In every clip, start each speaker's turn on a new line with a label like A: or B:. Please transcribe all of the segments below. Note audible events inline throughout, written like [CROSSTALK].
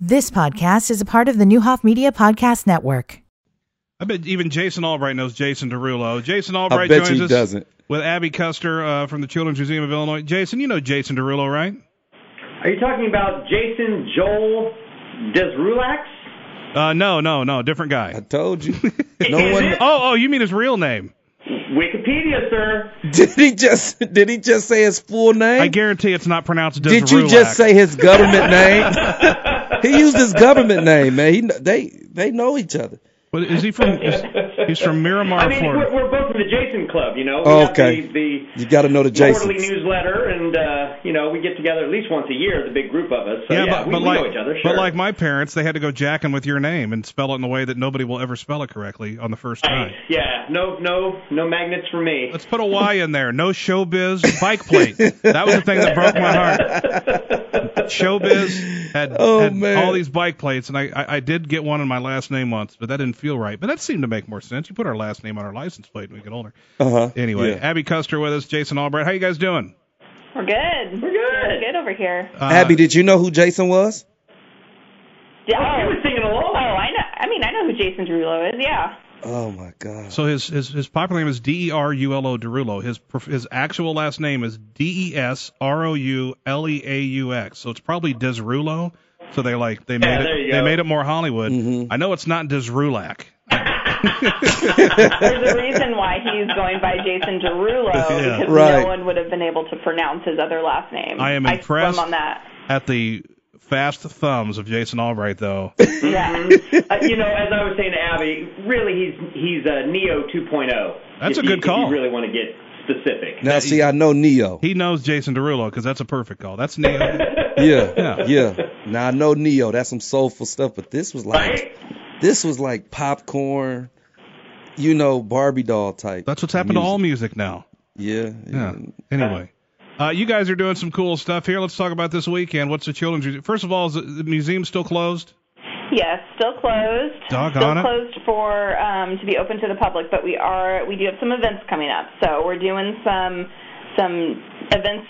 A: This podcast is a part of the Newhoff Media Podcast Network.
B: I bet even Jason Albright knows Jason Derulo. Jason Albright
C: bet
B: joins
C: you he
B: us
C: doesn't.
B: with Abby Custer uh, from the Children's Museum of Illinois. Jason, you know Jason Derulo, right?
D: Are you talking about Jason Joel Desrulax?
B: Uh, no, no, no, different
C: I
B: guy. [LAUGHS]
C: told you. No
D: Is
C: one.
D: it?
B: Oh, oh, you mean his real name?
D: Wikipedia, sir.
C: [LAUGHS] Did he just? Did he just say his full name?
B: I guarantee it's not pronounced.
C: did you
B: Desrulac.
C: just say his
B: [LAUGHS]
C: government name? he used his government name, man. He, kn- they they know each other.
B: But is he from? Is, he's from Miramar,
D: I mean,
B: Florida.
D: we're, we're both in the Jason Club, you know. We
C: Oh,
D: have
C: okay.
D: The,
C: You got to know the
D: the quarterly
C: Jasons.
D: newsletter, and uh, you know, we get together at least once a year, the big group of us. So, yeah,
B: but,
D: we,
B: but
D: we
B: like,
D: know each other. Sure.
B: but like my parents, they had to go jacking with your name and spell it in a way that nobody will ever spell it correctly on the first try.
D: yeah, no, no, no magnets
B: [LAUGHS]
D: for me.
B: Let's put a Y in there. No showbiz bike plate. That was the thing that broke my heart. Showbiz had,
C: Oh,
B: had
C: man.
B: all these bike plates, and I, I, I did get one in my last name once, but that didn't feel right. But that seemed to make more sense. You put our last name on our license plate when we get older.
C: Uh huh.
B: Anyway, Abby Custer with us, Jason Albright. How you guys doing?
E: We're good.
D: We're good.
E: We're good over here.
B: Uh,
C: Abby, did you know who Jason was?
E: Yeah,
D: Oh, you
E: oh,
D: were singing
E: oh,
D: along.
E: I know. I mean, I know who Jason Derulo is. Yeah.
C: Oh my God.
B: So his his his popular name is D E R U L O Derulo. His prof- his actual last name is D E S R O U L E A U X. So it's probably Desrulo. So they like they made
D: there
B: it
D: you
B: they
D: go.
B: made it more Hollywood. I know it's not Desrulac.
E: There's a reason why he's going by Jason Derulo
B: [LAUGHS] Yeah.
E: because
C: Right.
E: no one would have been able to pronounce his other last name.
B: I am impressed.
E: I swim on that.
B: At the fast thumbs of Jason Albright, though.
E: Yeah.
D: Uh, you know, as I was saying to Abby, really, he's he's a Neo 2.0.
B: That's
D: if
B: a good
D: you,
B: call.
D: If you really want to get specific.
C: Now see, I know Neo.
B: He knows Jason Derulo because that's a perfect call. That's Neo.
C: Yeah, yeah. Now I know Neo. That's some soulful stuff. But this was like
D: Right?
C: this was like popcorn, you know, Barbie doll type.
B: that's what's happened to all music now.
C: music. yeah.
B: Yeah. Anyway. Uh, you guys are doing some cool stuff here. Let's talk about this weekend. What's the children's? muse- First of all, is the- the museum still closed?
E: Yes, still closed.
B: Doggone
E: still
B: it.
E: closed for um, to be open to the public, but we are we do have some events coming up. So we're doing some some events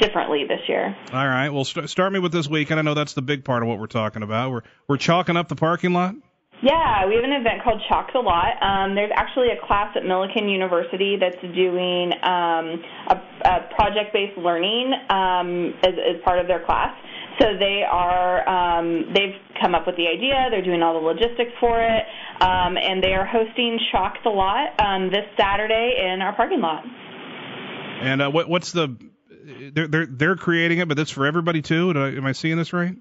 E: differently this year.
B: All right. Well, st- start me with this weekend. I know that's the big part of what we're talking about. We're we're chalking up the parking lot.
E: Yeah, we have an event called Chalk the Lot. Um, there's actually a class at Millikan University that's doing um, a, a project-based learning um, as, as part of their class. So they are um, they've come up with the idea. They're doing all the logistics for it, um, and they are hosting Chalk the Lot um, this Saturday in our parking lot.
B: And uh, what what's the they're they're they're creating it, but that's for everybody too. Do I, am I seeing this right?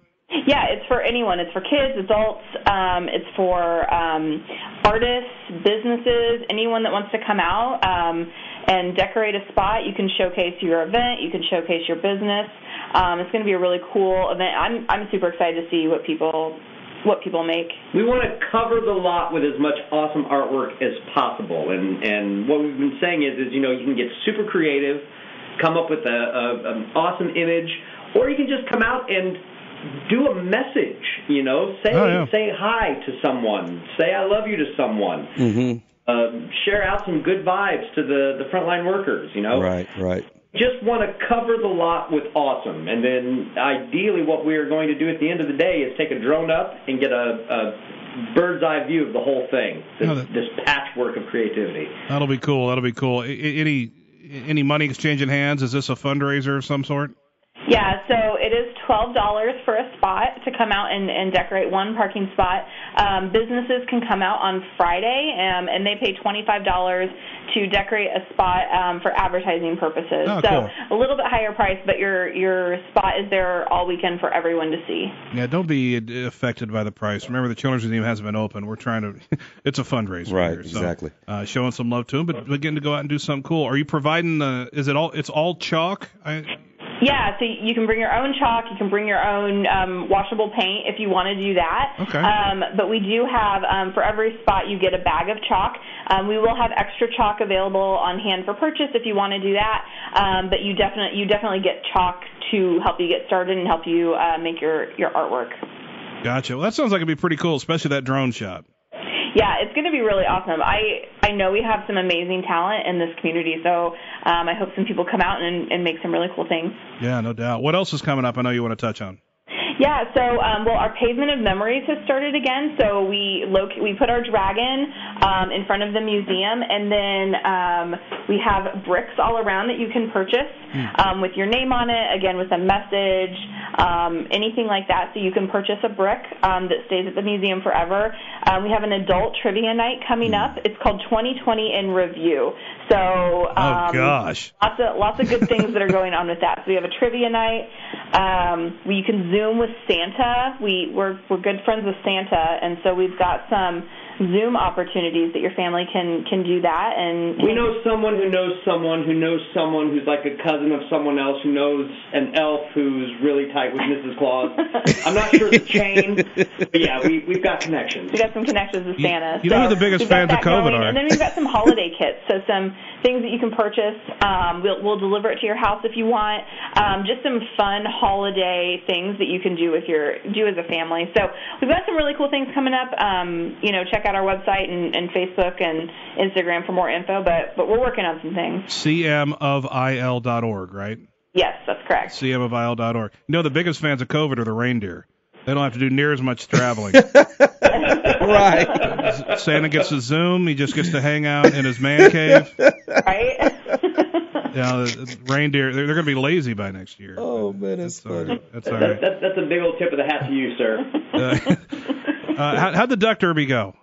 E: Yeah, it's for anyone. It's for kids, adults. Um, it's for um, artists, businesses, anyone that wants to come out um, and decorate a spot. You can showcase your event. You can showcase your business. Um, it's going to be a really cool event. I'm I'm super excited to see what people what people make.
D: We want to cover the lot with as much awesome artwork as possible, and and what we've been saying is, is you know, you can get super creative, come up with a, a an awesome image, or you can just come out and do a message. You know, say
B: Oh, yeah.
D: say hi to someone, say I love you to someone,
C: Mm-hmm.
D: uh, share out some good vibes to the the frontline workers. You know,
C: Right, right.
D: just want to cover the lot with awesome. And then ideally, what we are going to do at the end of the day is take a drone up and get a, a bird's eye view of the whole thing. This,
B: No, that-
D: this patchwork of creativity.
B: That'll be cool. That'll be cool. I, I- any any money exchanging hands? Is this a fundraiser of some sort?
E: Yeah, so it is twelve dollars for a spot to come out and, and decorate one parking spot. Um, businesses can come out on Friday, um, and they pay twenty five dollars to decorate a spot um, for advertising purposes.
B: Oh,
E: so
B: cool.
E: a little bit higher price, but your your spot is there all weekend for everyone to see.
B: Yeah, don't be uh, affected by the price. Remember, the Children's Museum hasn't been open. We're trying to. [LAUGHS] It's a fundraiser.
C: Right,
B: here, so,
C: exactly.
B: Uh, showing some love to them, but but getting to go out and do something cool. Are you providing the? Is it all? It's all chalk. I,
E: Yeah, so you can bring your own chalk, you can bring your own um, washable paint if you want to do that.
B: Okay.
E: Um, but we do have um, for every spot you get a bag of chalk. Um, we will have extra chalk available on hand for purchase if you want to do that. Um, but you definitely you definitely get chalk to help you get started and help you uh, make your your artwork.
B: Gotcha. Well, that sounds like it'd be pretty cool, especially that drone shot.
E: Yeah, it's going to be really awesome. I I know we have some amazing talent in this community, so um, I hope some people come out and, and make some really cool things.
B: Yeah, no doubt. What else is coming up? I know you want to touch on.
E: Yeah, so um, well, our pavement of memories has started again. So we loc- we put our dragon um, in front of the museum, and then um, we have bricks all around that you can purchase um, with your name on it, again with a message, um, anything like that. So you can purchase a brick um, that stays at the museum forever. Uh, we have an adult trivia night coming up. It's called 2020 in Review. So
B: oh
E: um,
B: gosh.
E: lots of lots of good things that are going on with that. So we have a trivia night. Um, we can Zoom with Santa. We we're we're good friends with Santa, and so we've got some Zoom opportunities that your family can can do that. And
D: We know someone who knows someone who knows someone who's like a cousin of someone else who knows an elf who's really tight with Mrs. Claus. I'm not sure the chain, but yeah, we, we've got connections.
E: we got some connections with
B: You-
E: Santa.
B: you know
E: so
B: who the biggest
E: we've got
B: fans of
E: that
B: COVID
E: going.
B: are.
E: And then we've got some holiday kits, so some things that you can purchase. Um, we'll, we'll deliver it to your house if you want. Um, just some fun holiday things that you can do with your do as a family. So we've got some really cool things coming up. Um, you know, check out our website and, and Facebook and Instagram for more info. But but we're working on some things.
B: cmofil.org, right?
E: Yes, that's correct.
B: cmofil.org. You know, the biggest fans of COVID are the reindeer. They don't have to do near as much traveling. [LAUGHS]
C: Right.
B: Santa gets to Zoom. He just gets to hang out in his man cave.
E: Right. [LAUGHS]
B: Yeah, the- the reindeer, they're, they're going to be lazy by next year.
C: Oh, man, that's
B: all right.
C: funny.
B: That's all
D: That,
B: right.
D: that, that's a big old tip of the hat to you, sir.
B: Uh, [LAUGHS] uh, how, how'd the duck derby go?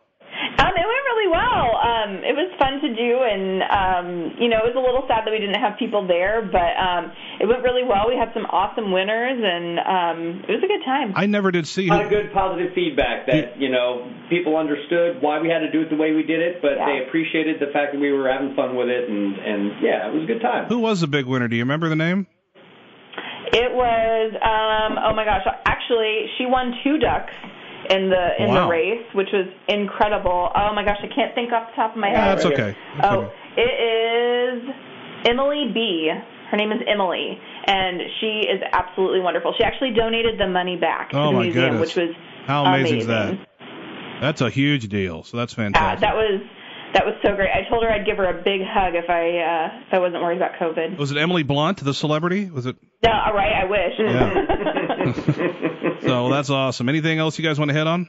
E: Um, it went really well. Um, it was fun to do, and um, you know, it was a little sad that we didn't have people there, but um, it went really well. We had some awesome winners, and um, it was a good time.
B: I never did see
D: A lot of
B: who.
D: good positive feedback that you know people understood why we had to do it the way we did it, but
E: Yeah.
D: they appreciated the fact that we were having fun with it, and and yeah, it was a good time.
B: Who was the big winner? Do you remember the name?
E: It was um, oh my gosh! Actually, she won two ducks in the in
B: Wow.
E: the race, which was incredible. Oh my gosh, I can't think off the top of my
B: Yeah,
E: head.
B: that's okay. That's
E: Oh,
B: okay.
E: it is Emily B. Her name is Emily, and she is absolutely wonderful. She actually donated the money back
B: Oh,
E: to the
B: my
E: museum,
B: goodness.
E: which was
B: How amazing is that?
E: amazing.
B: That's a huge deal. So
D: Ah,
B: that's
E: Yeah,
B: fantastic.
E: that was that was so great. I told her I'd give her a big hug if I uh, if I wasn't worried about COVID.
B: was it Emily Blunt, the celebrity? Was it?
E: No, all right, I wish.
D: [LAUGHS]
B: Yeah. so that's awesome. Anything else you guys want to hit on?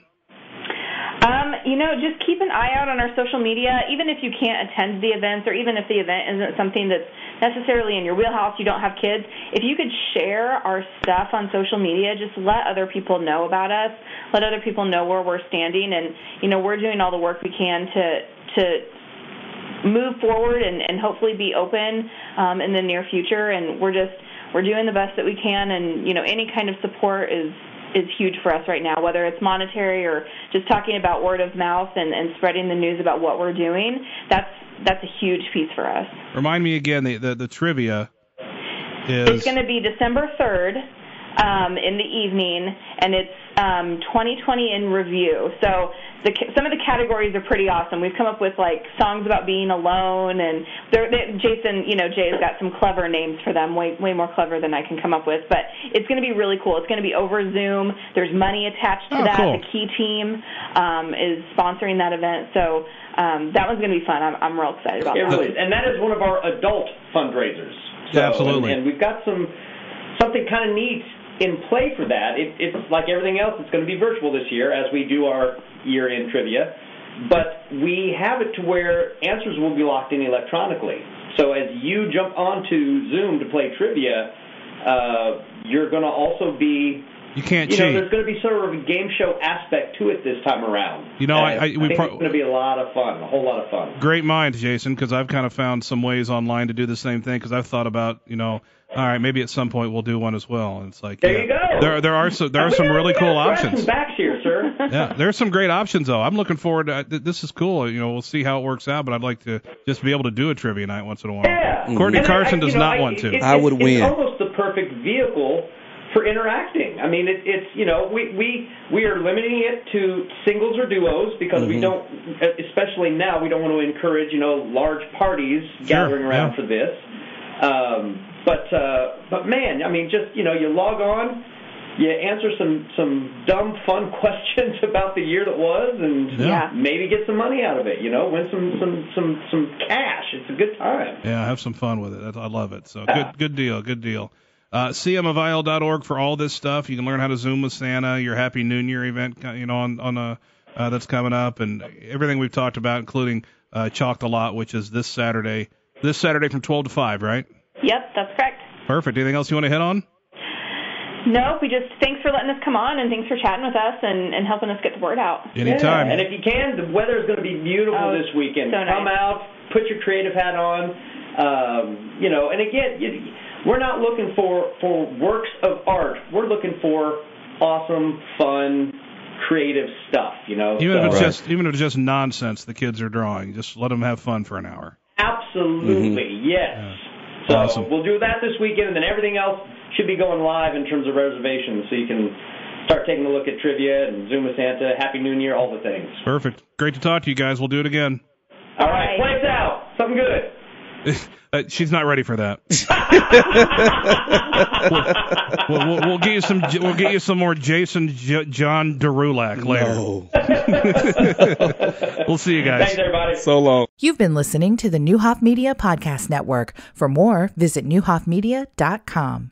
E: Um, you know, just keep an eye out on our social media. Even if you can't attend the events, or even if the event isn't something that's necessarily in your wheelhouse, you don't have kids. If you could share our stuff on social media, just let other people know about us. Let other people know where we're standing, and you know, we're doing all the work we can to to move forward and, and hopefully be open um, in the near future. And we're just we're doing the best that we can. And you know, any kind of support is is huge for us right now, whether it's monetary or just talking about word of mouth and, and spreading the news about what we're doing. That's that's a huge piece for us.
B: Remind me again. The the, the trivia
E: It's
B: is
E: going to be December third. Um, in the evening, and it's um, 2020 in review. So the, ca- some of the categories are pretty awesome. We've come up with like songs about being alone, and they're, they, Jason, you know, Jay's got some clever names for them, way way more clever than I can come up with. But it's going to be really cool. It's going to be over Zoom. There's money attached
B: Oh,
E: to that.
B: cool.
E: The Key Team um, is sponsoring that event, so um, that one's going to be fun. I'm, I'm real excited about
D: It
B: Uh,
E: that.
D: really is. And that is one of our adult fundraisers. So,
B: Yeah, absolutely.
D: And, and we've got some something kind of neat in play for that. It, it's like everything else, it's going to be virtual this year as we do our year end trivia. But we have it to where answers will be locked in electronically. So as you jump onto Zoom to play trivia, uh, you're going to also be.
B: you can't
D: You know,
B: cheat.
D: there's going to be sort of a game show aspect to it this time around.
B: You know, I- I-
D: I
B: we
D: think
B: pro-
D: it's going to be a lot of fun, a whole lot of fun.
B: Great mind, Jason, because I've kind of found some ways online to do the same thing. Because I've thought about, you know, all right, maybe at some point we'll do one as well. And it's like,
D: There
B: yeah.
D: you go. Oh,
B: There, there are some, there are
D: We
B: some
D: gotta-
B: really
D: we
B: cool
D: gotta scratch
B: options.
D: Some backs here, sir. [LAUGHS]
B: Yeah, there's some great options though. I'm looking forward to th- this. Is cool. You know, we'll see how it works out. But I'd like to just be able to do a trivia night once in a while.
D: yeah.
B: Mm-hmm. Courtney
D: And I-
B: Carson
D: I-
B: does
D: you know,
B: not
D: I-
B: want to.
D: it- it-
C: I would win.
D: It's almost the perfect vehicle for interacting. I mean, it, it's you know we we we are limiting it to singles or duos because
C: Mm-hmm.
D: we don't, especially now, we don't want to encourage you know large parties gathering around
B: yeah.
D: for this. Um, but uh, but man, I mean, just you know, you log on. You answer some some dumb fun [LAUGHS] questions about the year that was, and
E: Yeah.
D: maybe get some money out of it. You know, win some some some some cash. It's a good time.
B: Yeah, have some fun with it. That's- I love it. So
D: Yeah.
B: good, good deal, good deal. Uh, cmofisle.org for all this stuff. You can learn how to Zoom with Santa, your Happy New Year event, you know, on on uh, uh, that's coming up, and everything we've talked about, including uh, Chalked a Lot, which is this Saturday, this Saturday from 12 to 5, right?
E: Yep, that's correct.
B: Perfect. Anything else you want to hit on?
E: No, we just thanks for letting us come on and thanks for chatting with us and, and helping us get the word out.
B: Anytime.
D: Yeah, And if you can, the weather is going to be beautiful
E: Oh,
D: this weekend.
E: so nice.
D: Come out, put your creative hat on. Um, you know, and again, you, we're not looking for for works of art. We're looking for awesome, fun, creative stuff. You know,
B: Even if it's
D: So-
C: Right.
B: just even if it's just nonsense the kids are drawing, just let them have fun for an hour.
D: absolutely yes. So
B: Mm-hmm. Awesome.
D: we'll do that this weekend, and then everything else should be going live in terms of reservations, so you can start taking a look at trivia and Zoom with Santa, Happy New Year, all the things.
B: Perfect. Great to talk to you guys. We'll do it again.
D: All right,
E: Alright.
D: lights out. Something good.
B: Uh, she's not ready for
C: [LAUGHS]
B: that. we'll, we'll, we'll, we'll get you some. J- We'll get you some more Jason J- John Derulak later.
C: No.
B: We'll see you guys.
D: Thanks, everybody.
C: So long.
A: You've been listening to the Newhoff Media Podcast Network. For more, visit newhoffmedia.com.